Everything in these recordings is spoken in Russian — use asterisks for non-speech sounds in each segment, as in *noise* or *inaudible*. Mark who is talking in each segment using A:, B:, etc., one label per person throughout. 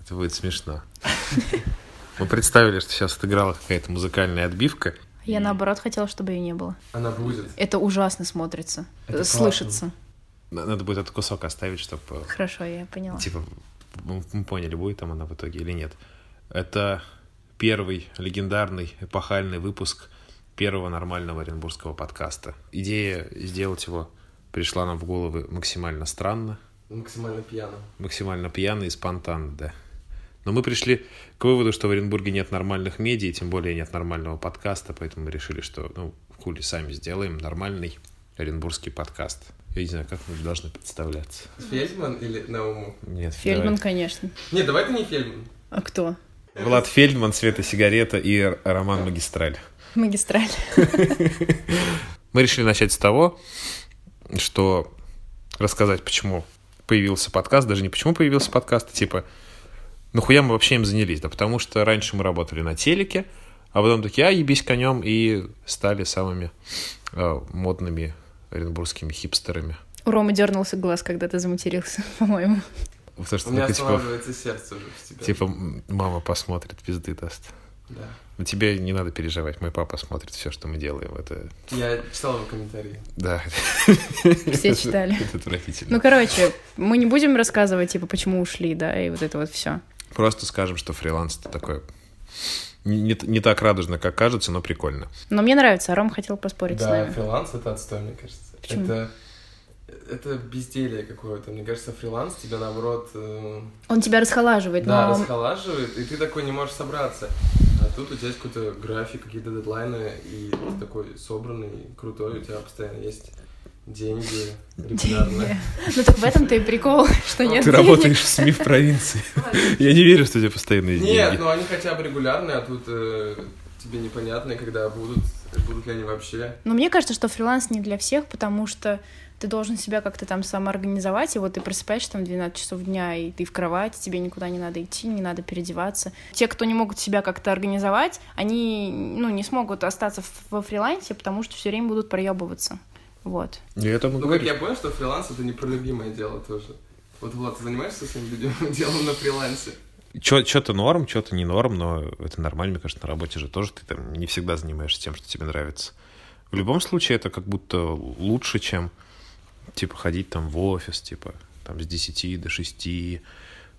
A: Это будет смешно. Мы представили, что сейчас отыграла какая-то музыкальная отбивка.
B: Я наоборот хотела, чтобы ее не было.
C: Она будет.
B: Это ужасно смотрится,
C: Это
B: э, слышится.
A: На- Надо будет этот кусок оставить, чтобы...
B: Хорошо, я поняла.
A: Типа, мы мы поняли, будет там она в итоге или нет. Это первый легендарный эпохальный выпуск первого нормального оренбургского подкаста. Идея сделать его пришла нам в головы максимально странно,
C: Максимально пьяно.
A: максимально пьяно и спонтанно, да. Но мы пришли к выводу, что в Оренбурге нет нормальных медиа, тем более нет нормального подкаста, поэтому мы решили, что, ну, хули, сами сделаем нормальный оренбургский подкаст. Я не знаю, как мы должны представляться.
C: Фельдман или Науму?
A: Нет,
B: Фельдман, конечно.
C: Нет, давай ты не Фельдман.
B: А кто?
A: давай. Влад Фельдман, Света Сигарета и Р- Роман Магистраль.
B: Магистраль.
A: Мы решили начать с того, что рассказать, почему появился подкаст, даже не почему появился подкаст, а типа, ну хуя мы вообще им занялись, да потому что раньше мы работали на телеке, а потом такие, а, ебись конем, и стали самыми э, модными оренбургскими хипстерами.
B: У Ромы дернулся глаз, когда ты заматерился, *laughs* по-моему.
A: Потому
C: У
A: что,
C: меня
A: такой, типа,
C: останавливается сердце уже в тебе.
A: типа, м, мама посмотрит, пизды даст.
C: Да.
A: Но тебе не надо переживать, мой папа смотрит все, что мы делаем, это...
C: Я читал его комментарии.
A: Да.
B: Все читали.
A: Это отвратительно.
B: Ну, короче, мы не будем рассказывать, типа, почему ушли, да, и вот это вот все.
A: Просто скажем, что фриланс это такое не, не так радужно, как кажется, но прикольно.
B: Но мне нравится, а Ром хотел поспорить с
C: Да,
B: нами.
C: фриланс это отстой, мне кажется.
B: Почему?
C: Это это безделие какое-то. Мне кажется, фриланс тебя, наоборот, э,
B: Он тебя расхолаживает,
C: да,
B: но...
C: расхолаживает, и ты такой не можешь собраться. А тут у тебя есть какой-то график, какие-то дедлайны, и ты такой собранный, крутой, у тебя постоянно есть деньги регулярно.
B: Ну, так в этом-то и прикол, *laughs* что нет
A: Ты
B: денег.
A: работаешь в СМИ в провинции. Я не верю, что у тебя постоянные
C: Нет,
A: деньги.
C: ну они хотя бы регулярные, а тут э, тебе непонятно, когда будут, будут ли они вообще.
B: Но мне кажется, что фриланс не для всех, потому что ты должен себя как-то там самоорганизовать, и вот ты просыпаешься там в 12 часов дня, и ты в кровати, тебе никуда не надо идти, не надо переодеваться. Те, кто не могут себя как-то организовать, они, ну, не смогут остаться в- во фрилансе, потому что все время будут проебываться. Вот.
A: Я там и
C: Ну, как
A: говорю.
C: я понял, что фриланс это не про любимое дело тоже. Вот, Влад, ты занимаешься своим любимым *laughs* делом на фрилансе?
A: Что-то норм, что-то не норм, но это нормально, мне кажется, на работе же тоже ты там не всегда занимаешься тем, что тебе нравится. В любом случае, это как будто лучше, чем типа ходить там в офис, типа там с 10 до 6.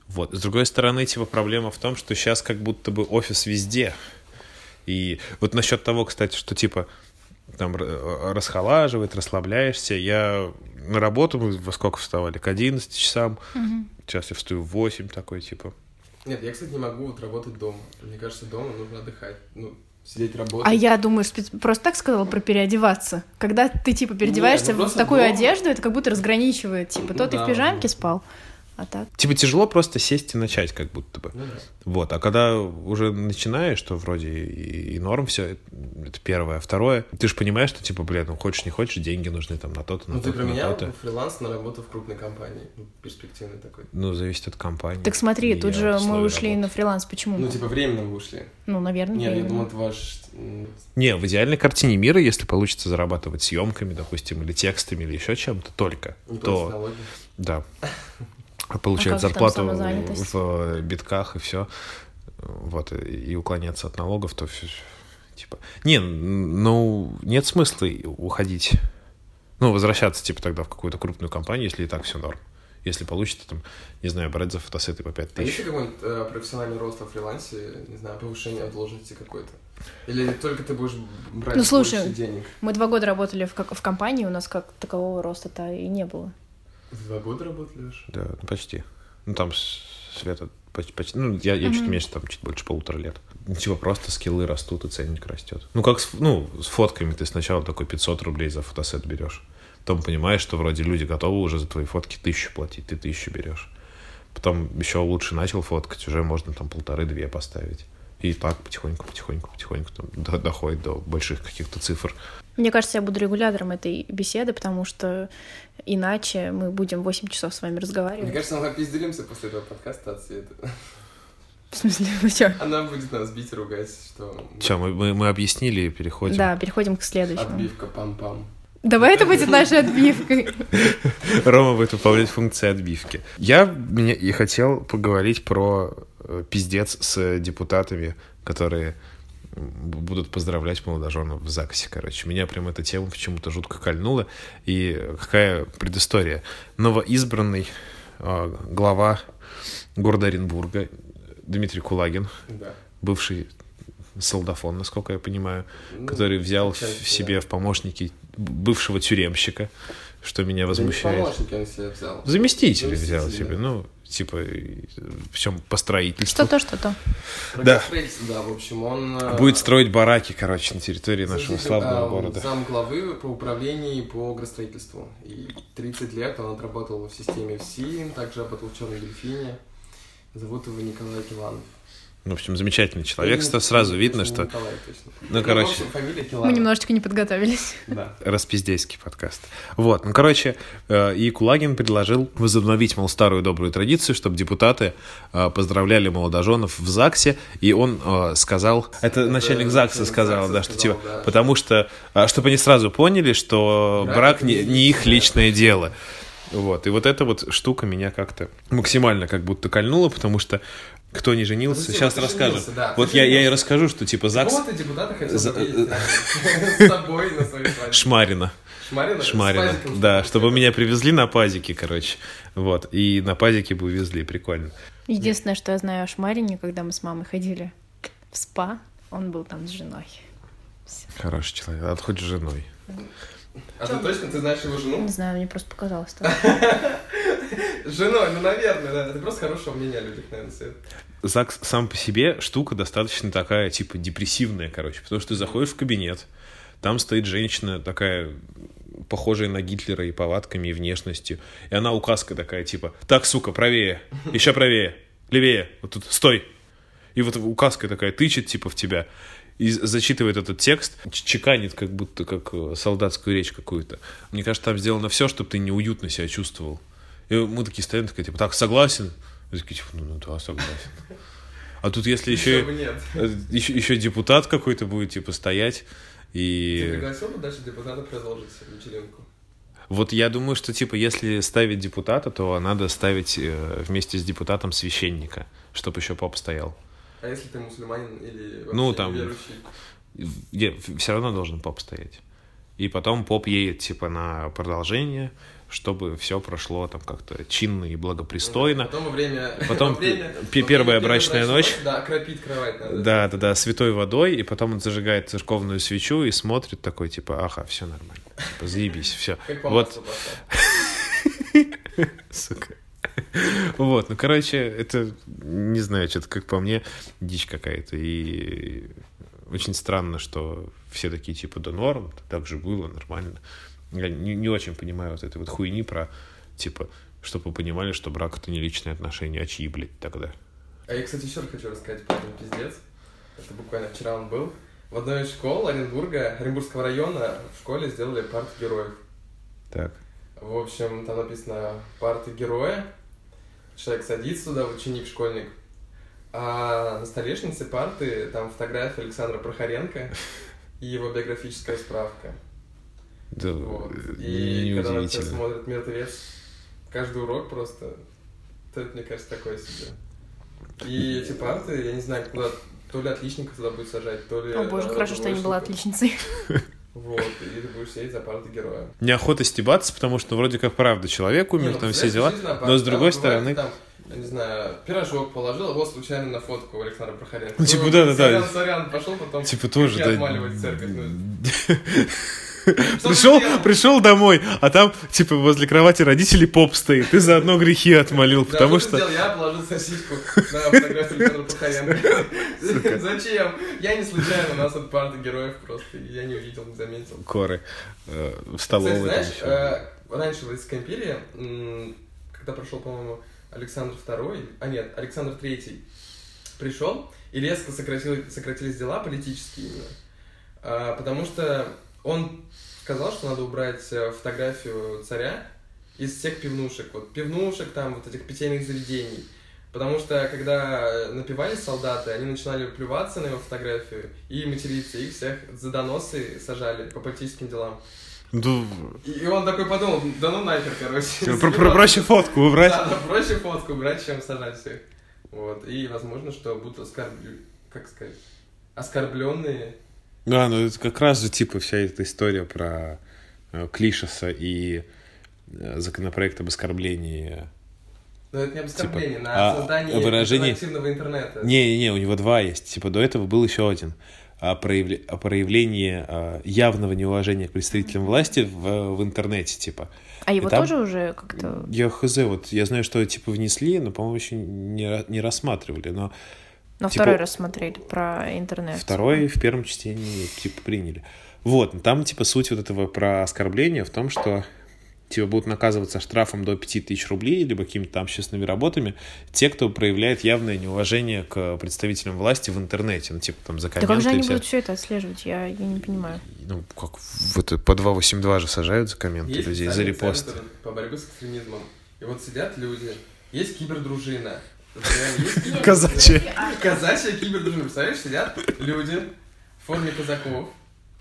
A: Вот. С другой стороны, типа проблема в том, что сейчас как будто бы офис везде. И вот насчет того, кстати, что типа там р- э, расхолаживает, расслабляешься. Я на работу, мы во сколько вставали? К 11 часам. Сейчас я встаю в 8 такой, типа.
C: Нет, я, кстати, не могу вот работать дома. Мне кажется, дома нужно отдыхать. Ну, сидеть работать.
B: А я думаю, спец- просто так сказала про переодеваться. Когда ты, типа, переодеваешься
C: ну
B: в
C: просто
B: такую
C: дома.
B: одежду, это как будто разграничивает, типа,
C: Ну
B: то ты в
C: да.
B: пижамке спал, а так...
A: Типа тяжело просто сесть и начать, как будто бы.
C: Ну да.
A: Вот. А когда уже начинаешь, что вроде и, и норм все, это первое. А Второе, ты же понимаешь, что типа, блядь, ну хочешь, не хочешь, деньги нужны там на то-то, на
C: Ну, ты
A: то-то,
C: про
A: на
C: меня
A: то-то.
C: фриланс на работу в крупной компании. Ну, Перспективный такой.
A: Ну, зависит от компании.
B: Так смотри,
A: И
B: тут же мы
A: условий
B: ушли
A: работы.
B: на фриланс. Почему?
C: Ну, типа, временно вы ушли.
B: Ну, наверное,
C: Нет, я
B: временно.
C: думал, это ваш... м,
A: Не, в идеальной картине мира, если получится зарабатывать съемками, допустим, или текстами, или еще чем-то только,
C: Не платить
A: то
C: налоги.
A: да. А
B: А
A: получать
B: как же там
A: зарплату
B: самозанятость?
A: в э, битках и все. Вот, и и уклоняться от налогов, то все, типа... Не, ну, нет смысла и уходить. Ну, возвращаться, типа, тогда в какую-то крупную компанию, если и так все норм. Если получится, там, не знаю, брать за фотосеты по пять
C: А есть
A: тысяч.
C: ли какой-нибудь э, профессиональный рост во фрилансе? Не знаю, повышение в должности какое-то? Или только ты будешь брать
B: Ну, слушай.
C: больше денег?
B: Мы два года работали в, как- в компании, у нас как такового роста-то и не было.
C: Два года работали аж?
A: Да, ну, почти. Ну, там с- Света почти... почти ну, я, я чуть
B: Мгм.
A: меньше, там, чуть больше полутора лет. Ну, типа, просто скиллы растут, и ценник растет. Ну, как с, ф- ну, с фотками ты сначала такой 500 рублей за фотосет берешь. Потом понимаешь, что вроде люди готовы уже за твои фотки тысячу платить, ты тысячу берешь. Потом еще лучше начал фоткать, уже можно там полторы-две поставить. И так потихоньку, потихоньку, потихоньку там до- доходит до больших каких-то цифр.
B: Мне кажется, я буду регулятором этой беседы, потому что иначе мы будем 8 часов с вами
C: Мне
B: разговаривать.
C: кажется, мы опизделимся после этого подкаста от Светы.
B: В смысле, *laughs* вы чё?
C: *laughs* Она будет нас бить, ругать, что...
A: Все, мы, мы, мы объяснили и переходим.
B: Да, переходим к следующему.
C: Отбивка, пам-пам.
B: Давай это будет
A: *laughs*
B: нашей отбивкой.
A: Рома будет выполнять функции отбивки. Я, меня, и хотел поговорить про э, э, пиздец с депутатами, которые будут поздравлять молодоженов в ЗАГСе, короче. Меня прям эта тема почему-то жутко кольнула. И какая предыстория. Новоизбранный э, глава города Оренбурга Дмитрий Кулагин,
C: Да.
A: бывший солдафон, насколько я понимаю,
C: Ну,
A: который взял в
C: отчасти,
A: в себе
C: да.
A: в помощники бывшего тюремщика, что меня возмущает.
C: Да не в помощники он себе взял.
A: Заместитель взял
C: Заместитель,
A: себе,
C: да.
A: ну, типа, в чем по строительству.
B: Что-то, что-то.
A: Да.
C: Строительство, да, в общем, он... э,
A: Будет строить бараки, короче, на территории нашего
C: заместитель,
A: славного
C: а,
A: города.
C: Зам главы по управлению и по градостроительству. И 30 лет он отработал в системе ФСИН, также работал в Черном Дельфине. Зовут его Николай Киланов.
A: Ну, в общем, замечательный человек. Ста-
C: Или-
A: Сразу
C: или
A: видно,
C: точно
A: что
C: Николай, точно.
A: Ну, короче.
C: в общем, фамилия Киланов.
B: Мы немножечко не подготовились.
C: Да.
A: распиздейский подкаст. Вот, ну, короче, э, и Кулагин предложил возобновить, мол, старую добрую традицию, чтобы депутаты э, поздравляли молодоженов в ЗАГСе, и он э, сказал, это начальник ЗАГСа
C: начальник
A: сказал,
C: ЗАГСа
A: да, что
C: сказал,
A: типа,
C: да.
A: потому что, а, чтобы они сразу поняли, что
C: Брак
A: брак
C: это
A: не,
C: не
A: не их
C: личное.
A: личное дело. Вот, и вот эта вот штука меня как-то максимально как будто кольнула, потому что кто не женился,
C: Подожди,
A: сейчас
C: вот Ну, ты
A: расскажем.
C: женился, да,
A: вот
C: ты
A: я, я и
C: женился.
A: расскажу, что типа ЗАГС
C: Ну, Вот и депутаты хотят
A: За- *laughs*
C: с собой на своей свадьбе.
A: Шмарина.
C: Шмарина. с
A: Шмарина.
C: пазиком,
A: Да, чтобы меня привезли на пазике, короче. Вот. И на пазике бы увезли. Прикольно.
B: Единственное, что я знаю о Шмарине, когда мы с мамой ходили в спа, он был там с женой.
A: Хороший человек. А хоть с женой.
C: А ты точно, ты знаешь его жену?
B: Не знаю, мне просто
A: *laughs*
B: показалось так.
C: С Женой, ну, наверное, да. Ты просто хорошего мнения о людях, наверное, Свет.
A: ЗАГС сам по себе штука достаточно такая, типа, депрессивная, короче. Потому что ты заходишь в кабинет, там стоит женщина такая, похожая на Гитлера и повадками, и внешностью. И она указка такая, типа, так, сука, правее, еще правее, левее, вот тут, стой. И вот указка такая тычет, типа, в тебя. И зачитывает этот текст, ч- чеканит, как будто как э, солдатскую речь какую-то. Мне кажется, там сделано все, чтобы ты неуютно себя чувствовал. И мы такие стоим, такая, типа, так, согласен? Мы такие, типа, ну, ну да, согласен. А тут если
C: Еще бы
A: еще,
C: нет.
A: еще, еще депутат какой-то будет, типа, стоять,
C: Ты
A: и...
C: пригласил бы дальше депутата продолжить вечеринку?
A: Вот я думаю, что, типа, если ставить депутата, то надо ставить э, вместе с депутатом священника, чтобы еще папа стоял.
C: А если ты мусульманин или вообще
A: Ну, там,
C: верующий?
A: все равно должен поп стоять. И потом поп едет, типа, на продолжение, чтобы все прошло там как-то чинно и благопристойно.
C: Потом во время...
A: Потом
C: во время-
A: пе-
C: во
A: первая
C: время первой
A: брачная ночь.
C: Да, кропить кровать надо.
A: Да, да, да, святой водой, и потом он зажигает церковную свечу и смотрит такой, типа, ага, все нормально. Типа, заебись, все.
C: Как по
A: Вот,
C: маслу пошла.
A: Сука. Вот, ну, короче, это, не знаю, что-то, как по мне, дичь какая-то. И очень странно, что все такие, типа, да норм, так же было, нормально. Я не, не очень понимаю вот этой вот хуйни про, типа, чтобы вы понимали, что брак — это не личные отношения, а чьи, блядь, тогда.
C: А я, кстати, еще раз хочу рассказать про этот пиздец. Это буквально вчера он был. В одной из школ Оренбурга, Оренбургского района, в школе сделали парт героев.
A: Так.
C: В общем, там написано «Парты героя». Человек садится туда, ученик, школьник. А на столешнице парты там фотография Александра Прохоренко и его биографическая справка.
A: Да,
C: Вот.
A: не-
C: И когда на тебя
A: неудивительно.
C: смотрит мертвец, каждый урок просто... То это, мне кажется, такое себе. И эти парты, я не знаю, куда... То ли отличников туда будет сажать, то ли...
B: О боже,
C: наоборот,
B: хорошо, что я не была
C: двоечников.
B: отличницей.
C: Вот, и ты будешь сидеть за парты героя.
A: Неохота стебаться, потому что вроде как правда человек умер,
C: Не, ну,
A: там все дела.
C: представляешь, действительно,
A: Но с
C: там
A: другой
C: бывает,
A: стороны,
C: Там, я не знаю, пирожок положил, его случайно на фотку у Александра Прохоренко.
A: Ну, типа,
C: Ой,
A: да, да, да.
C: Сорян, сорян, пошел потом.
A: типа тоже...
C: Я
A: да,
C: отмаливать церковь, ну. Что
A: Пришел,
C: ты делаешь?
A: пришел домой, а там, типа, возле кровати родителей поп стоит. Ты заодно грехи отмолил,
C: Да,
A: потому
C: ты
A: что...
C: сделал? Я положил сосиску на фотографию Александра Прохоренко. Зачем? Я не случайно, у нас от парты героев просто, и я не увидел, не заметил.
A: Коры э, в
C: Кстати,
A: столовой. там
C: знаешь,
A: ещё.
C: э, раньше в Российской империи, м, когда прошел, по-моему, Александр II, а нет, Александр III пришел, и резко сократил- сократились дела политические именно, А, потому что он сказал, что надо убрать э, фотографию царя из всех пивнушек, вот пивнушек там, вот этих питейных заведений. Потому что, когда э, напивались солдаты, они начинали плюваться на его фотографию и материться, их всех за доносы сажали по политическим делам. *laughs*
A: Ну,
C: И и он такой подумал, да ну нахер, короче. *laughs*
A: про- про- Проще фотку убрать.
C: Да, да, проще фотку брать, чем сажать всех. Вот, и возможно, что будут оскорблю... как сказать, оскорбленные.
A: Да, ну это как раз же типа вся эта история про э, Клишеса и э, законопроект об оскорблении.
C: Но это не оскорбление,
A: Типа,
C: на
A: а,
C: создание
A: выражение-
C: альтернативного интернета.
A: Не-не-не, у него два есть. Типа до этого был еще один. О, проявле- о проявлении э, явного неуважения к представителям власти в, в интернете, типа.
B: А его
A: И там-
B: тоже уже как-то...
A: Я хз, вот я знаю, что типа внесли, но, по-моему, еще не, ра- не рассматривали. Но
B: На
A: типа-
B: второй раз смотрели про интернет.
A: Второй в первом чтении, типа, приняли. Вот, ну, там, типа, суть вот этого про оскорбление в том, что тебя будут наказываться штрафом до 5000 рублей, либо какими-то там общественными работами, те, кто проявляет явное неуважение к представителям власти в интернете, ну, типа, там, за
B: Да как
A: комменты
B: же
A: и
B: они
A: вся-
B: будут все это отслеживать? Я, я не понимаю.
A: Ну, как в это, по 282 же сажают за комменты
C: Есть
A: людей, за
C: специальный
A: репосты.
C: центр по борьбе с экстремизмом. И вот сидят люди, есть кибердружина. Вот реально есть кибердружина.
A: Казачьи.
C: Казачья кибердружина. Представляешь, сидят люди в форме казаков.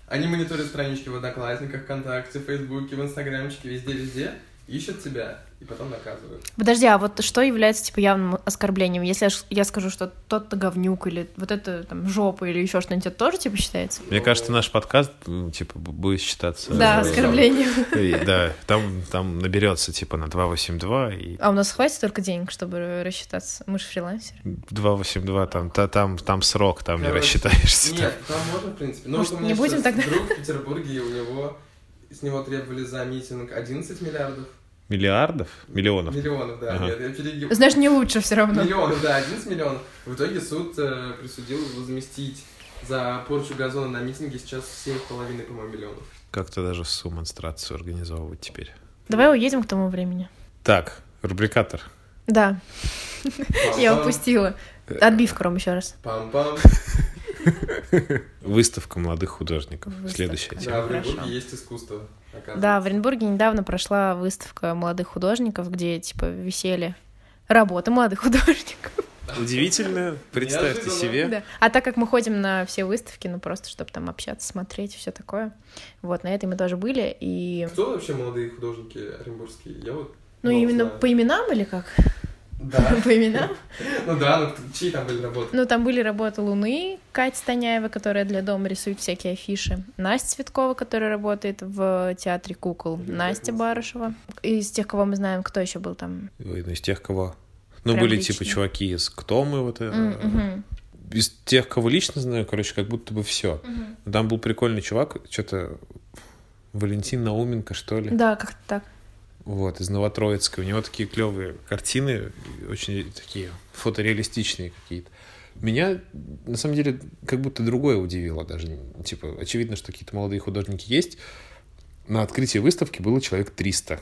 C: Они мониторят странички в Одноклассниках, ВКонтакте, Фейсбуке, в Инстаграмчике, везде-везде. Ищут тебя и потом наказывают.
B: Подожди, а вот что является типа явным оскорблением? Если я ш- я скажу, что тот-то говнюк или вот это там жопа или еще что-нибудь, это тоже типа считается?
A: Мне кажется, наш подкаст, м, типа, бу- будет считаться...
B: Да,
A: э,
B: оскорблением.
A: э, Да, там, там наберется, типа, на 282 и
B: А у нас хватит только денег, чтобы рассчитаться? Мы же фрилансеры.
A: 282, там, та, там, там срок, там не
C: Короче,
A: рассчитаешься.
C: Нет, там можно, в принципе. Ну,
B: Может,
C: вот у меня
B: не будем
C: сейчас
B: тогда?
C: Друг в Петербурге, и у него с него требовали за митинг 11 миллиардов.
A: Миллиардов? Миллионов?
C: Миллионов, да.
A: Ага.
C: Нет, я перегиб-
B: Знаешь, не лучше все равно.
C: Миллионов, да, 11 миллионов. В итоге суд э, присудил возместить за порчу газона на митинге сейчас 7,5, по-моему, миллионов.
A: Как-то даже сумонстрацию организовывать теперь.
B: Давай уедем к тому времени.
A: Так, рубрикатор.
B: Да, я
C: Пам-пам,
B: упустила.
A: Э,
B: Отбив кром еще раз. *laughs*
C: Пам-пам.
A: Выставка молодых художников.
B: Выставка.
A: Следующая тема.
C: Да, в Оренбурге
B: Хорошо.
C: есть искусство, оказывается.
B: Да, в Оренбурге недавно прошла выставка молодых художников, где типа висели работы молодых *laughs* художников.
A: Удивительно. Представьте
C: Неожиданно.
A: себе.
B: Да. А так как мы ходим на все выставки, ну просто чтобы там общаться, смотреть, все такое. Вот, на этой мы тоже были. И.
C: Кто вообще молодые художники оренбургские? Я вот...
B: Ну,
C: мало
B: именно
C: знаю.
B: по именам или как?
C: Да.
B: *laughs* По именам.
C: *laughs* Ну да, ну кто- чьи там были работы?
B: Ну, там были работы Луны, Кать Станяева, которая для дома рисует всякие афиши. Настя Цветкова, которая работает в театре кукол.
C: Великолепно.
B: Настя Барышева. Из тех, кого мы знаем, кто еще был там?
A: Ой, ну, из тех, кого... Ну,
B: Прям
A: были
B: лично.
A: типа чуваки из «Кто мы?» вот, э,
B: М, мгм.
A: Из тех, кого лично знаю, короче, как будто бы все.
B: Мгм.
A: Там был прикольный чувак, что-то Валентин Науменко, что ли.
B: Да, как-то так.
A: Вот, из Новотроицка. У него такие клевые картины, очень такие фотореалистичные какие-то. Меня, на самом деле, как будто другое удивило даже. Типа, очевидно, что какие-то молодые художники есть. На открытии выставки было человек 300.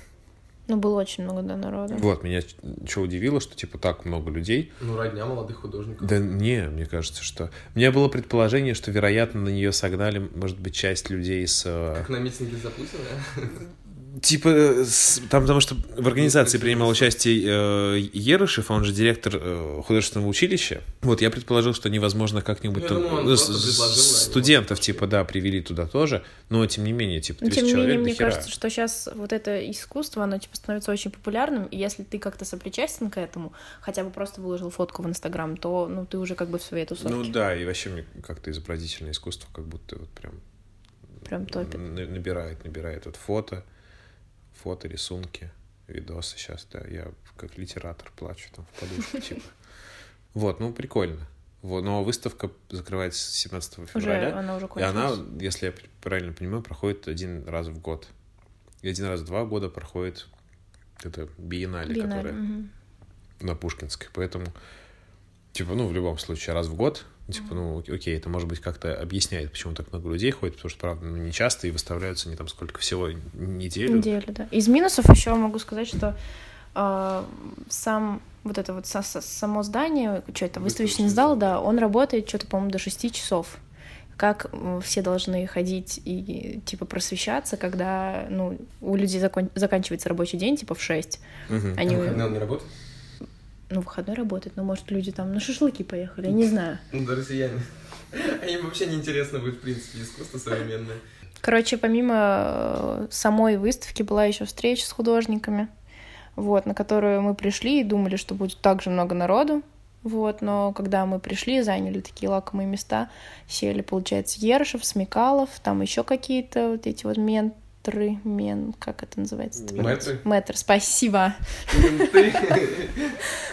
B: Ну, было очень много да, народу.
A: Вот, меня что удивило, что, типа, так много людей.
C: Ну, родня молодых художников.
A: Да не, мне кажется, что... У меня было предположение, что, вероятно, на нее согнали, может быть, часть людей с... э,
C: Как на митинге а? за Путина.
A: Типа, э, с- там, потому что в организации принимал участие э, Ерышев, а он же директор э, художественного училища. Вот, я предположил, что невозможно как-нибудь
C: Я
A: там,
C: думаю, он
A: ну, с-
C: просто предложил,
A: с-
C: да, они
A: студентов,
C: могут
A: типа, да, привели туда тоже, но, тем не менее, типа,
B: Но
A: 300
B: Ну, тем не менее,
A: человек
B: мне
A: дохера.
B: кажется, что сейчас вот это искусство, оно типа становится очень популярным, и если ты как-то сопричастен к этому, хотя бы просто выложил фотку в Инстаграм, то ну ты уже как бы в своей тусовке.
A: Ну да, и вообще мне как-то изобразительное искусство как будто вот прям...
B: Прям топит.
A: на- Набирает, набирает вот фото, фото, рисунки, видосы сейчас, да, я как литератор плачу там в
B: *laughs*
A: подушку, типа. Вот, ну, прикольно. Вот, но выставка закрывается 17
B: уже
A: февраля.
B: она уже
A: И она,
B: кончилась.
A: если я правильно понимаю, проходит один раз в год. И один раз в два года проходит это биеннале,
B: Биеннале,
A: которое
B: мгм.
A: на Пушкинской. Поэтому, типа, ну, в любом случае, раз в год, типа, ну, ок- окей, это, может быть, как-то объясняет, почему так много людей ходит, потому что, правда, ну, не часто и выставляются не там сколько всего, н- неделю.
B: Неделю, да. Из минусов еще могу сказать, что э, сам вот это вот со- со- само здание, что это, выставочный
C: Выставочный зал.
B: зал, да, он работает что-то, по-моему, до 6 часов. Как м, все должны ходить и, типа, просвещаться, когда, ну, у людей закон- заканчивается рабочий день, типа, в 6.
A: Мгм.
B: Они,
C: Выходные он не работает?
B: ну, выходной работают, но, может, люди там на шашлыки поехали, я не знаю.
C: Ну, да, россияне. *laughs* Им вообще не интересно будет, в принципе, искусство современное.
B: Короче, помимо э, самой выставки была еще встреча с художниками, вот, на которую мы пришли и думали, что будет так же много народу. Вот, но когда мы пришли, заняли такие лакомые места, сели, получается, Ершев, Смекалов, там еще какие-то вот эти вот ментры, мен, как это называется?
C: Мэтры?
B: Мэтр, спасибо.
C: Менты.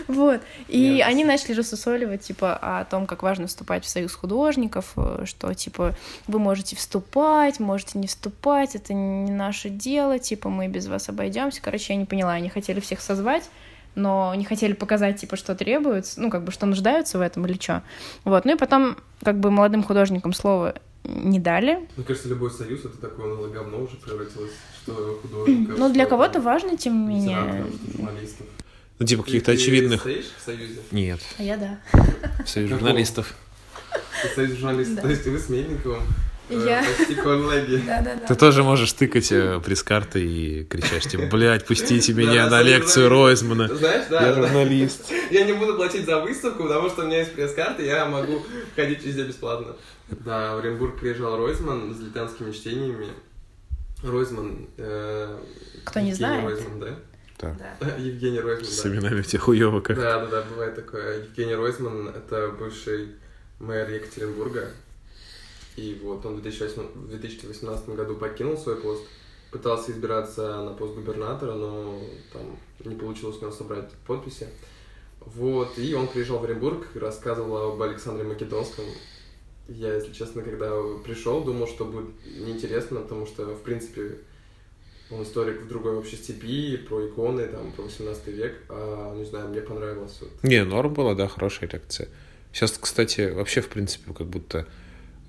B: Вот. И
C: Нет,
B: они начали рассусоливать, типа, о том, как важно вступать в союз художников, э, что, типа, вы можете вступать, можете не вступать, это не наше дело, типа, мы без вас обойдемся. Короче, я не поняла, они хотели всех созвать, но не хотели показать, типа, что требуется, ну, как бы, что нуждаются в этом или что. Вот. Ну и потом, как бы, молодым художникам слово не дали,
C: *laughs* Мне кажется, любой союз это такое ну, говно уже превратилось, что художников.
B: но Ну, для
C: что
B: кого-то важно, тем не менее.
C: литераторов, что журналистов.
A: Ну, типа каких-то
C: Ты- ты
A: очевидных...
C: Стоишь в союзе?
A: Нет,
B: А я да.
A: в союзе
C: Какого?
A: журналистов.
C: Ты союз журналистов.
B: Да.
C: То есть вы с Мельниковым э,
B: Я.
C: почти коллеги.
B: Да-да-да.
A: Ты тоже можешь тыкать э, пресс-карты и кричать, типа, блядь, пустите меня
C: Да,
A: на
C: союз
A: лекцию Ройзмана.
C: Знаешь, да,
A: Я
C: да.
A: журналист.
C: Я не буду платить за выставку, потому что у меня есть пресс-карта, я могу ходить везде бесплатно. Да, в Оренбург приезжал Ройзман с литанскими чтениями. Ройзман... э,
B: Кто не
C: Евгений
B: знает.
C: Ройзман, да? *laughs*
A: Так,
C: Евгений
A: с
C: Ройзман,
A: именами у тебя хуёво
C: да.
A: как.
C: Да, да, да, бывает такое. Евгений Ройзман — это бывший мэр Екатеринбурга. И вот он в 2008 в 2018 году покинул свой пост, пытался избираться на пост губернатора, но там не получилось у него собрать подписи. Вот, и он приезжал в Оренбург, и рассказывал об Александре Македонском. Я, если честно, когда пришел, думал, что будет неинтересно, потому что, в принципе, он историк в другой вообще степи, про иконы, там, про 18 век, а, не знаю, мне понравилось. Вот.
A: Не, норм была, да, хорошая лекция. Сейчас, кстати, вообще, в принципе, как будто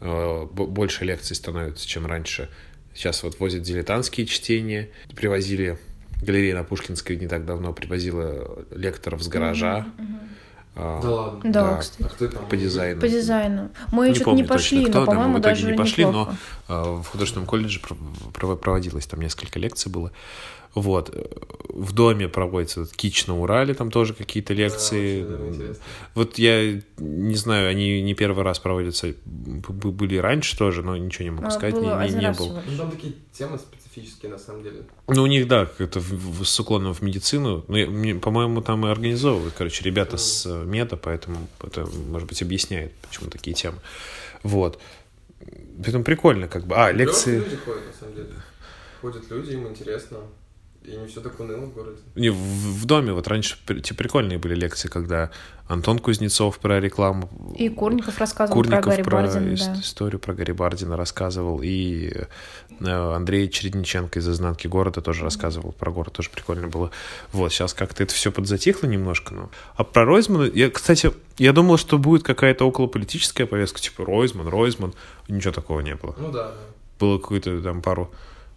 A: э, бо- больше лекций становится, чем раньше. Сейчас вот возят дилетантские чтения, привозили галерея на Пушкинской не так давно привозила лекторов с гаража. А,
C: Да ладно.
B: Да, кстати.
C: А кто там?
A: По дизайну.
B: По дизайну. Мы
A: Э, Не
B: что-то
A: помню
B: не пошли,
A: точно, кто
B: но,
A: там,
B: по-моему,
A: в итоге
B: даже
A: не пошли, но
B: неплохо.
A: А, В художественном колледже пров- пров- проводилось там несколько лекций было. Вот. Э, В доме проводится вот Кич на Урале, там тоже какие-то
C: Да,
A: лекции.
C: очень, наверное, интересно.
A: Вот я не знаю, они не первый раз проводятся, б- б- были раньше тоже, но ничего не могу
B: А,
A: сказать,
B: было
A: не, не,
B: один
A: не
B: раз
A: был.
B: всего
C: Ну,
B: лишь.
C: там такие темы специфические, на самом деле.
A: Ну, у них, да, это с уклоном в медицину. Ну, я- мне- по-моему, там и организовывают, короче, ребята с э, меда, поэтому это, может быть, объясняет, почему такие темы. Вот. Поэтому прикольно, как бы. А, лекции...
C: Люди ходят, на самом деле. Ходят люди, им интересно. И не все так уныло в городе.
A: Не, в, в доме вот раньше при- те прикольные были лекции, когда Антон Кузнецов про рекламу,
B: И Курников рассказывал
A: Курников
B: про Гарри
A: про
B: Бардина,
A: ис-
B: да.
A: историю про Гарри Бардина рассказывал, и э, Андрей Чередниченко из «Изнанки города» тоже рассказывал про город, тоже прикольно было. Вот, сейчас как-то это все подзатихло немножко, но... А про Ройзмана, я, кстати, я думал, что будет какая-то околополитическая повестка, типа Ройзман, Ройзман, ничего такого не было.
C: Ну да. да.
A: Было какую-то там пару...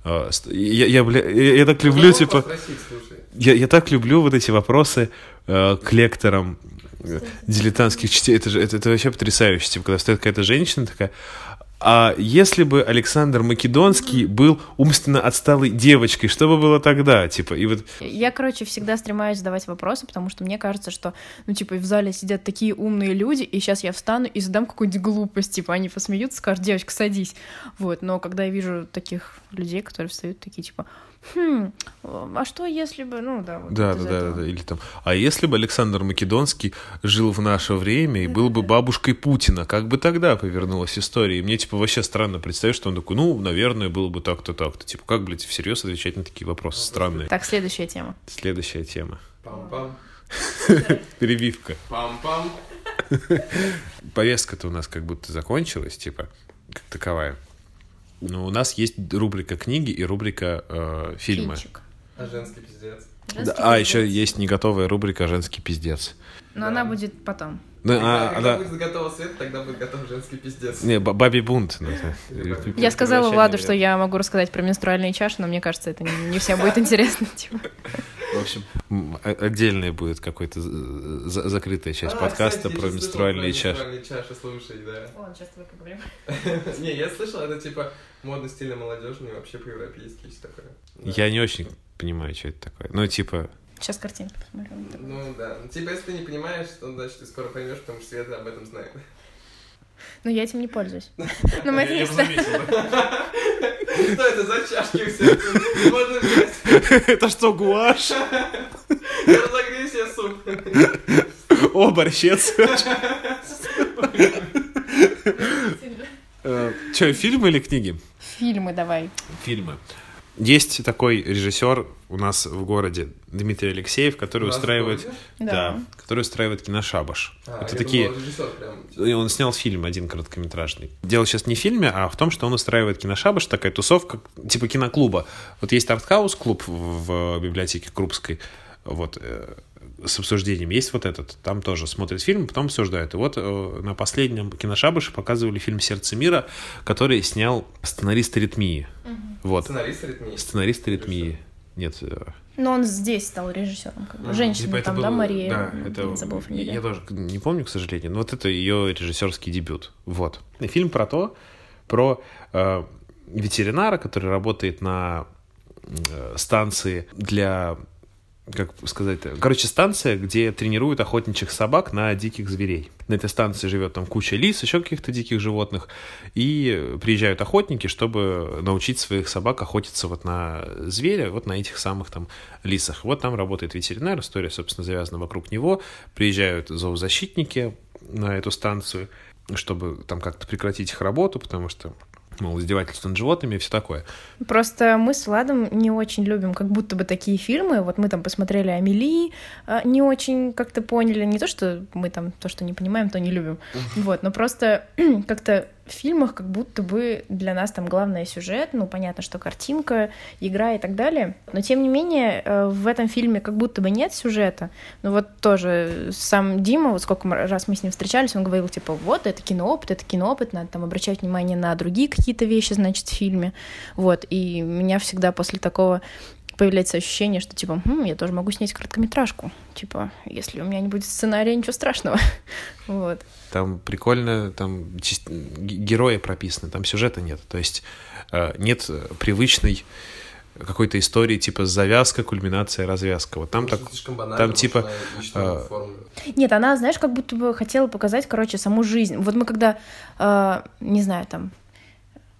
A: э, ст- я, я, бля, я, я так люблю,
B: Ну,
C: Можно
A: типа...
C: Спросить, слушай.
A: Я, я так люблю вот эти вопросы э, к лекторам э, дилетантских частей. Это, же, это, это вообще потрясающе. Типа, когда стоит какая-то женщина такая... А если бы Александр Македонский был умственно отсталой девочкой, что бы было тогда? Типа, и вот...
B: Я, короче, всегда стремаюсь задавать вопросы, потому что мне кажется, что, ну, типа, в зале сидят такие умные люди, и сейчас я встану и задам какую-нибудь глупость, типа, они посмеются, скажут, девочка, садись. Вот, но когда я вижу таких людей, которые встают, такие, типа, хм, а что если бы, ну, да, вот.
A: Да,
B: вот
A: да,
B: из
A: да,
B: этого.
A: да, или там. А если бы Александр Македонский жил в наше время и был бы бабушкой Путина, как бы тогда повернулась история? И мне типа вообще странно представить, что он такой, ну, наверное, было бы так-то, так-то. Типа, как, блядь, всерьез отвечать на такие вопросы странные?
B: Ну, Так, следующая тема.
A: Следующая тема.
C: Пам-пам.
A: Перебивка.
C: Пам-пам.
A: Повестка-то у нас как будто закончилась, типа, как таковая. Но у нас есть рубрика книги и рубрика э, фильмы.
B: Кинчик.
C: А женский пиздец.
A: Да,
B: Женский
A: а,
B: пиздец.
A: еще есть не готовая рубрика «Женский пиздец».
B: Но она будет потом.
A: Ну,
C: Когда-
A: а,
C: когда
A: да.
C: будет готов свет, тогда будет готов женский пиздец.
A: Не, ба- «Бабий бунт». ну, это-
B: Я сказала
A: Превращение
B: Владу,
A: в-
B: что я могу рассказать про менструальные чаши, но мне кажется, это не, не всем будет интересно. *laughs* типа.
A: В общем, м, о- отдельная будет какая-то за- за- закрытая часть
C: А,
A: подкаста
C: кстати, я
A: про
C: же слышал
A: менструальные
C: про
A: чаши.
C: менструальные чаши, слушай, да. *laughs* Не, я слышал, это типа модно, стильно, молодежно и вообще по-европейски и всё такое. Да.
A: Я не очень понимаю, что это такое. Ну, типа,
B: Сейчас картинки посмотрю.
C: Ну да. Ну, Типа, если ты не понимаешь, то значит ты скоро поймешь, потому что Света об
A: *laughs*
C: этом знает.
B: Но Ну, я этим не пользуюсь. Но мы это не знаем.
C: Что это за чашки у себя? Можно взять.
A: это что, гуашь?
C: Я разогрею себе суп.
A: О, борщец. Че, Э, фильмы или книги?
B: Фильмы давай.
A: Фильмы. Есть такой режиссер у нас в городе Дмитрий Алексеев, который
C: У нас в
A: устраивает,
C: городе?
A: да,
B: Да.
A: который устраивает киношабаш.
C: А,
A: Это
C: я
A: такие,
C: думал, режиссер прям. типа,
A: и он снял фильм один короткометражный. Дело сейчас не в фильме, а в том, что он устраивает киношабаш, такая тусовка типа киноклуба. Вот есть артхаус клуб в, в библиотеке Крупской, вот э, с обсуждением. Есть вот этот, там тоже смотрят фильм, потом обсуждают. И вот э, на последнем киношабаше показывали фильм «Сердце мира», который снял сценарист «Ритмии». Вот
C: Сценарист ритмии.
A: сценарист «Ритмии». Нет, э,
B: Но он здесь стал режиссером. Как бы.
C: Мгм.
B: Женщина
A: Типа это
B: там,
A: был-
B: да, Мария? ну,
A: Да,
B: Блин,
A: это...
B: забыла фамилию.
A: Я тоже не помню, к сожалению, но вот это ее режиссерский дебют. Вот. И Фильм про то, про э, ветеринара, который работает на э, станции для как сказать, короче, станция, где тренируют охотничьих собак на диких зверей. На этой станции живет там куча лис, еще каких-то диких животных, и приезжают охотники, чтобы научить своих собак охотиться вот на зверя, вот на этих самых там лисах. Вот там работает ветеринар, история, собственно, завязана вокруг него. Приезжают зоозащитники на эту станцию, чтобы там как-то прекратить их работу, потому что мол, издевательство над животными и все такое.
B: Просто мы с Владом не очень любим как будто бы такие фильмы. Вот мы там посмотрели Амели, а, не очень как-то поняли. Не то, что мы там то, что не понимаем, то не любим. Вот, но просто *clears throat* как-то в фильмах как будто бы для нас там главное сюжет, ну, понятно, что картинка, игра и так далее. Но, тем не менее, э, в этом фильме как будто бы нет сюжета. Ну, вот тоже сам Дима, вот сколько мы- раз мы с ним встречались, он говорил, типа, вот, это киноопыт, это киноопыт, надо там обращать внимание на другие какие-то вещи, значит, в фильме. Вот, и у меня всегда после такого появляется ощущение, что типа, «Хм, я тоже могу снять короткометражку. Типа, если у меня не будет сценария, ничего страшного. *laughs* Вот.
A: Там прикольно, там чис- г- герои прописаны, там сюжета нет. То есть э, нет э, привычной какой-то истории типа завязка, кульминация, развязка. Вот там так...
C: Может, слишком банально,
A: там
C: может,
A: типа,
C: она ищет новую
A: а,
C: формулу.
B: Нет, она, знаешь, как будто бы хотела показать, короче, саму жизнь. Вот мы когда, э, не знаю, там,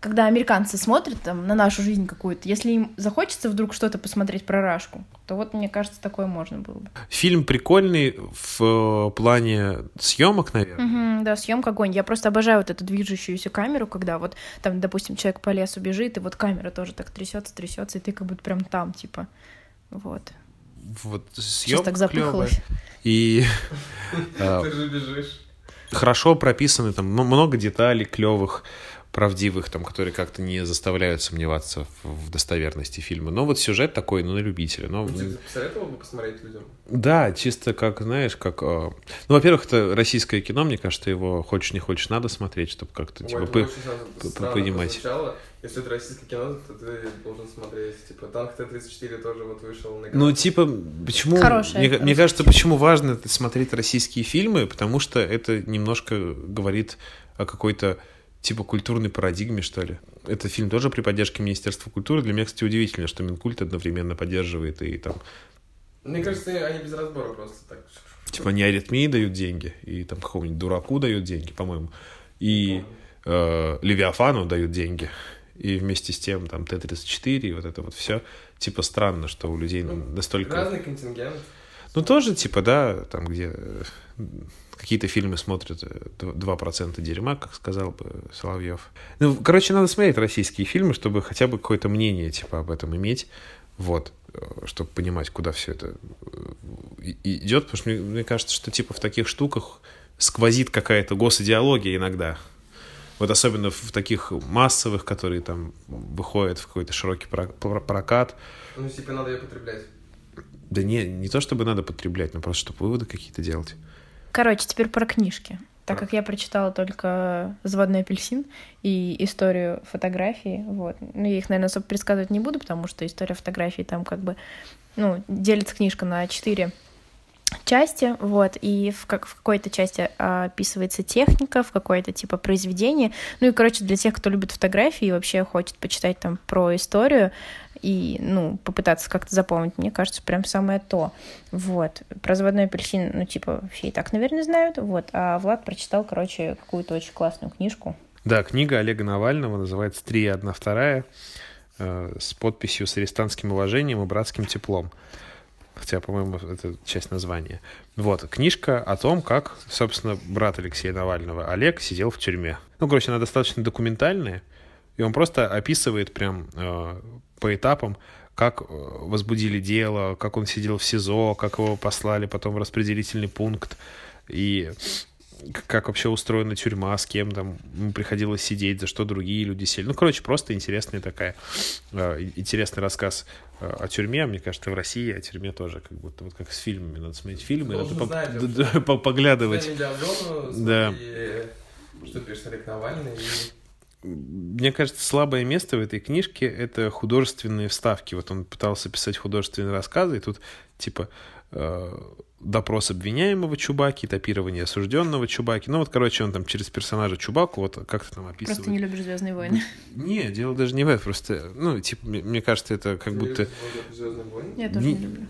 B: когда американцы смотрят там, на нашу жизнь какую-то, если им захочется вдруг что-то посмотреть про Рашку, то вот, мне кажется, такое можно было бы.
A: Фильм прикольный в э, плане съемок, наверное.
B: Мгм, да, съемка огонь. Я просто обожаю вот эту движущуюся камеру, когда вот там, допустим, человек по лесу бежит, и вот камера тоже так трясется, трясется, и ты как будто прям там, типа. Вот.
A: Вот
B: Сейчас
A: съемка
B: так запыхалась.
A: И э,
C: Ты же бежишь.
A: хорошо прописаны, там ну, много деталей клевых, правдивых, там, которые как-то не заставляют сомневаться в, в достоверности фильма. Но вот сюжет такой, ну, на любителя. Но...
C: Ну, Ты посоветовал бы посмотреть людям?
A: Да, чисто как, знаешь, как... э, Ну, во-первых, это российское кино, мне кажется, его хочешь не хочешь, надо смотреть, чтобы как-то,
C: Ой,
A: типа,
C: это
A: по-
C: очень сразу
A: п-
C: странно
A: понимать.
C: прозвучало. Если это российское кино, то ты должен смотреть. Типа, танк Т-34 тоже вот вышел на
A: Ну, типа, почему...
B: Хорошее
A: мне,
B: кино.
A: мне кажется, почему важно смотреть российские фильмы, потому что это немножко говорит о какой-то, типа, культурной парадигме, что ли. Это фильм тоже при поддержке Министерства культуры. Для меня, кстати, удивительно, что Минкульт одновременно поддерживает и там,
C: Мне кажется, они без разбора просто так.
A: типа, не аритмии дают деньги, и там какому-нибудь дураку дают деньги, по-моему. И... э, Левиафану дают деньги. И вместе с тем там Т-34 и вот это вот все. Типа странно, что у людей
C: Ну,
A: настолько...
C: Разный контингент.
A: Ну тоже типа, да, там где э, какие-то фильмы смотрят э, дв- 2% дерьма, как сказал бы Соловьев. Ну, короче, надо смотреть российские фильмы, чтобы хотя бы какое-то мнение типа об этом иметь. Вот, э, чтобы понимать, куда все это э, идет, потому что мне, мне кажется, что типа в таких штуках сквозит какая-то госидеология иногда. Вот особенно в таких массовых, которые там выходят в какой-то широкий про- про- прокат.
C: Ну, типа, надо ее потреблять.
A: Да не, не то чтобы надо потреблять, но просто чтобы выводы какие-то делать.
B: Короче, теперь про книжки. Так как я прочитала только «Заводной апельсин» и историю фотографии, вот. Ну, я их, наверное, особо предсказывать не буду, потому что история фотографии там как бы... Ну, делится книжка на четыре части, вот, и в, как, в какой-то части а, описывается техника, в какой-то типа произведение. Ну и, короче, для тех, кто любит фотографии и вообще хочет почитать там про историю и, ну, попытаться как-то запомнить, мне кажется, прям самое то. Вот. Про заводной апельсин, ну, типа, все и так, наверное, знают. Вот. А Влад прочитал, короче, какую-то очень классную книжку.
A: Да, книга Олега Навального называется «Три, одна, вторая» э, с подписью «С арестантским уважением и братским теплом». Хотя, по-моему, это часть названия. Вот, книжка о том, как, собственно, брат Алексея Навального, Олег, сидел в тюрьме. Ну, короче, она достаточно документальная, и он просто описывает прям э, по этапам, как э, возбудили дело, как он сидел в СИЗО, как его послали потом в распределительный пункт, и как вообще устроена тюрьма, с кем там приходилось сидеть, за что другие люди сели. Ну, короче, просто интересная такая, э, интересный рассказ э, о тюрьме, А мне кажется, в России о тюрьме тоже, как будто вот как с фильмами, надо смотреть фильмы,
C: Должен
A: надо
C: знать
A: по-
C: вообще.
A: да, да, по- поглядывать.
C: Сами диагону,
A: Да.
C: ну, смотри, Что пишет Олег Навальный. и-
A: Мне кажется, слабое место в этой книжке — это художественные вставки. Вот он пытался писать художественные рассказы, и тут типа э, допрос обвиняемого Чубаки, топирование осужденного Чубаки. Ну вот, короче, он там через персонажа Чубаку вот как-то там описывает.
B: Просто не любишь Звездные войны.
A: Не, дело даже не в этом, просто, ну, типа, мне, мне кажется, это как будто...
C: «Звездные войны».
B: Я тоже не
A: Не-
B: люблю.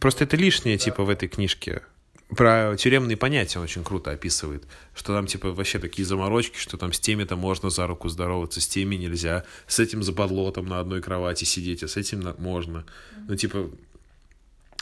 A: Просто это лишнее, типа, в этой книжке. Про тюремные понятия он очень круто описывает, что там, типа, вообще такие заморочки, что там с теми-то можно за руку здороваться, с теми нельзя, с этим западло там на одной кровати сидеть, а с этим на- можно. Ну, типа,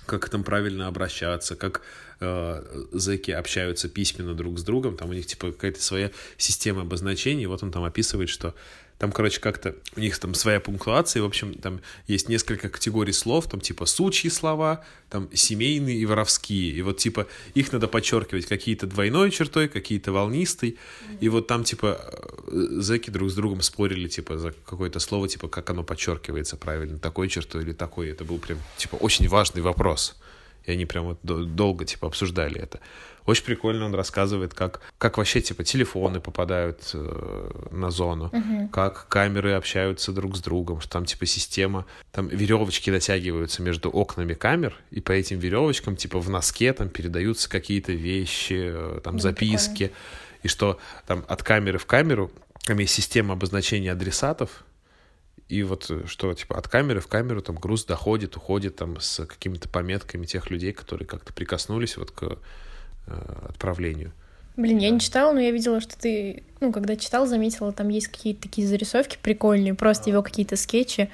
A: как там правильно обращаться, как э, зэки общаются письменно друг с другом, там у них типа какая-то своя система обозначений, вот он там описывает, что там, короче, как-то у них там своя пунктуация, в общем, там есть несколько категорий слов, там типа сучьи слова, там семейные и воровские, и вот типа их надо подчеркивать какие-то двойной чертой, какие-то волнистой, и вот там типа э, зэки друг с другом спорили типа за какое-то слово, типа как оно подчеркивается правильно, такой чертой или такой, это был прям типа очень важный вопрос. И они прям вот до- долго, типа, обсуждали это. Очень прикольно он рассказывает, как, как вообще, типа, телефоны попадают э, на зону, как камеры общаются друг с другом, что там, типа, система, там веревочки дотягиваются между окнами камер, и по этим веревочкам, типа, в носке там передаются какие-то вещи, э, там,
B: Ну,
A: записки, и что там от камеры в камеру, там есть система обозначения адресатов, и вот э, что, типа, от камеры в камеру там груз доходит, уходит там с какими-то пометками тех людей, которые как-то прикоснулись вот к э, отправлению.
B: Блин, я не читала, но я видела, что ты, ну, когда читал, заметила, там есть какие-то такие зарисовки прикольные,
C: А.
B: просто его какие-то скетчи,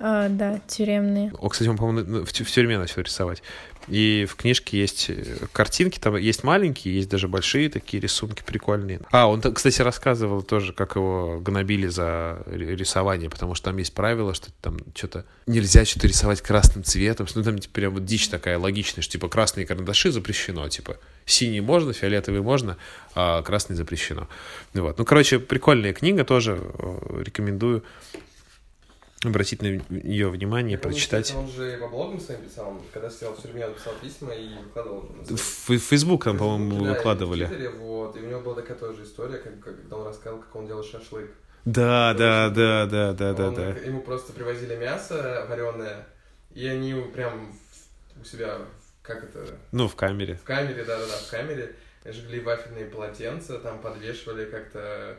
B: а, да, тюремные.
A: О, кстати, он, по-моему, на- на- в, тю- в тюрьме начал рисовать. И в книжке есть э, картинки, там есть маленькие, есть даже большие такие рисунки прикольные. А, он, та- кстати, рассказывал тоже, как его гнобили за ри- рисование, потому что там есть правило, что там что-то нельзя что-то рисовать красным цветом. Ну, там типа, прям вот дичь такая логичная, что типа красные карандаши запрещено, типа синий можно, фиолетовый можно, а красный запрещено. Ну, вот. ну короче, прикольная книга тоже, э, рекомендую обратить на нее внимание,
C: Я помню,
A: прочитать.
C: что Он же по блогам своим писал, когда сидел в тюрьме, он писал письма и выкладывал. уже на
A: В
C: свой
A: в Фейсбук там, по-моему,
C: Да, и в
A: выкладывали.
C: Твиттере, вот, и у него была такая тоже история, как, как- когда он рассказал, как он делал шашлык.
A: Да, да, да, да, да, да,
C: Он- э,
A: да.
C: Ему просто привозили мясо вареное, и они его прям в- у себя, в- как это,
A: Ну, в камере.
C: в камере, да-да-да, в камере жгли вафельные полотенца, там подвешивали как-то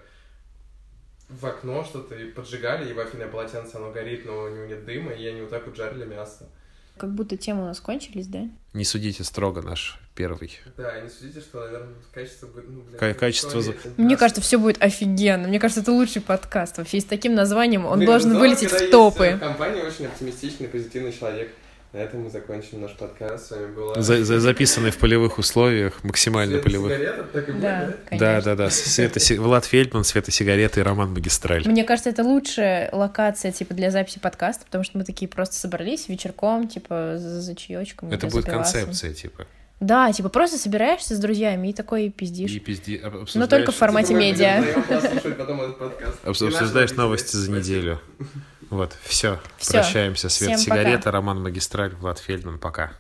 C: в окно что-то и поджигали, и вафельное полотенце, оно горит, но у него нет дыма, и они вот так вот жарили мясо.
B: Как будто темы у нас кончились, да?
A: Не судите строго наш первый.
C: Да, и не судите, что, наверное, качество будет... Ну, блин,
A: Ка- качество за-
C: человека.
B: Мне кажется, все будет офигенно. Мне кажется, это лучший подкаст вообще. И с таким названием он
C: Блин,
B: должен
C: здорово,
B: вылететь
C: когда
B: в
C: есть, э,
B: топы.
C: В компании очень оптимистичный, позитивный человек. На этом мы закончим наш подкаст. С вами была...
A: За- за- записанный в полевых условиях, максимально
C: Света
A: полевых.
C: Сигарета, так и будет,
B: Да,
C: да?
A: Да,
B: конечно.
A: да, да. Света, Си- Влад Фельдман, Света Сигареты и Роман Магистраль.
B: Мне кажется, это лучшая локация, типа, для записи подкаста, потому что мы такие просто собрались вечерком, типа, за, за чаечком.
A: Это
B: или за
A: будет
B: пивасом.
A: концепция, типа.
B: Да, типа, просто собираешься с друзьями и такой и пиздишь.
A: И пизди- об-
B: Но
A: обсуждаешь-
B: только в формате
C: Думаю,
B: медиа.
C: мы узнаем, послушать потом этот подкаст.
A: Обс-
C: И наши
A: Обсуждаешь
C: зрители.
A: новости за
C: Спасибо.
A: неделю. Вот, все.
B: Всё.
A: Прощаемся. Свет
B: Всем пока.
A: Сигарета, Роман Магистраль, Влад Фельдман. Пока.